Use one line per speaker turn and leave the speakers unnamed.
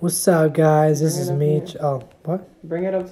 What's up, guys? This
Bring it
is
up
Meech. Oh, what?
Bring it up to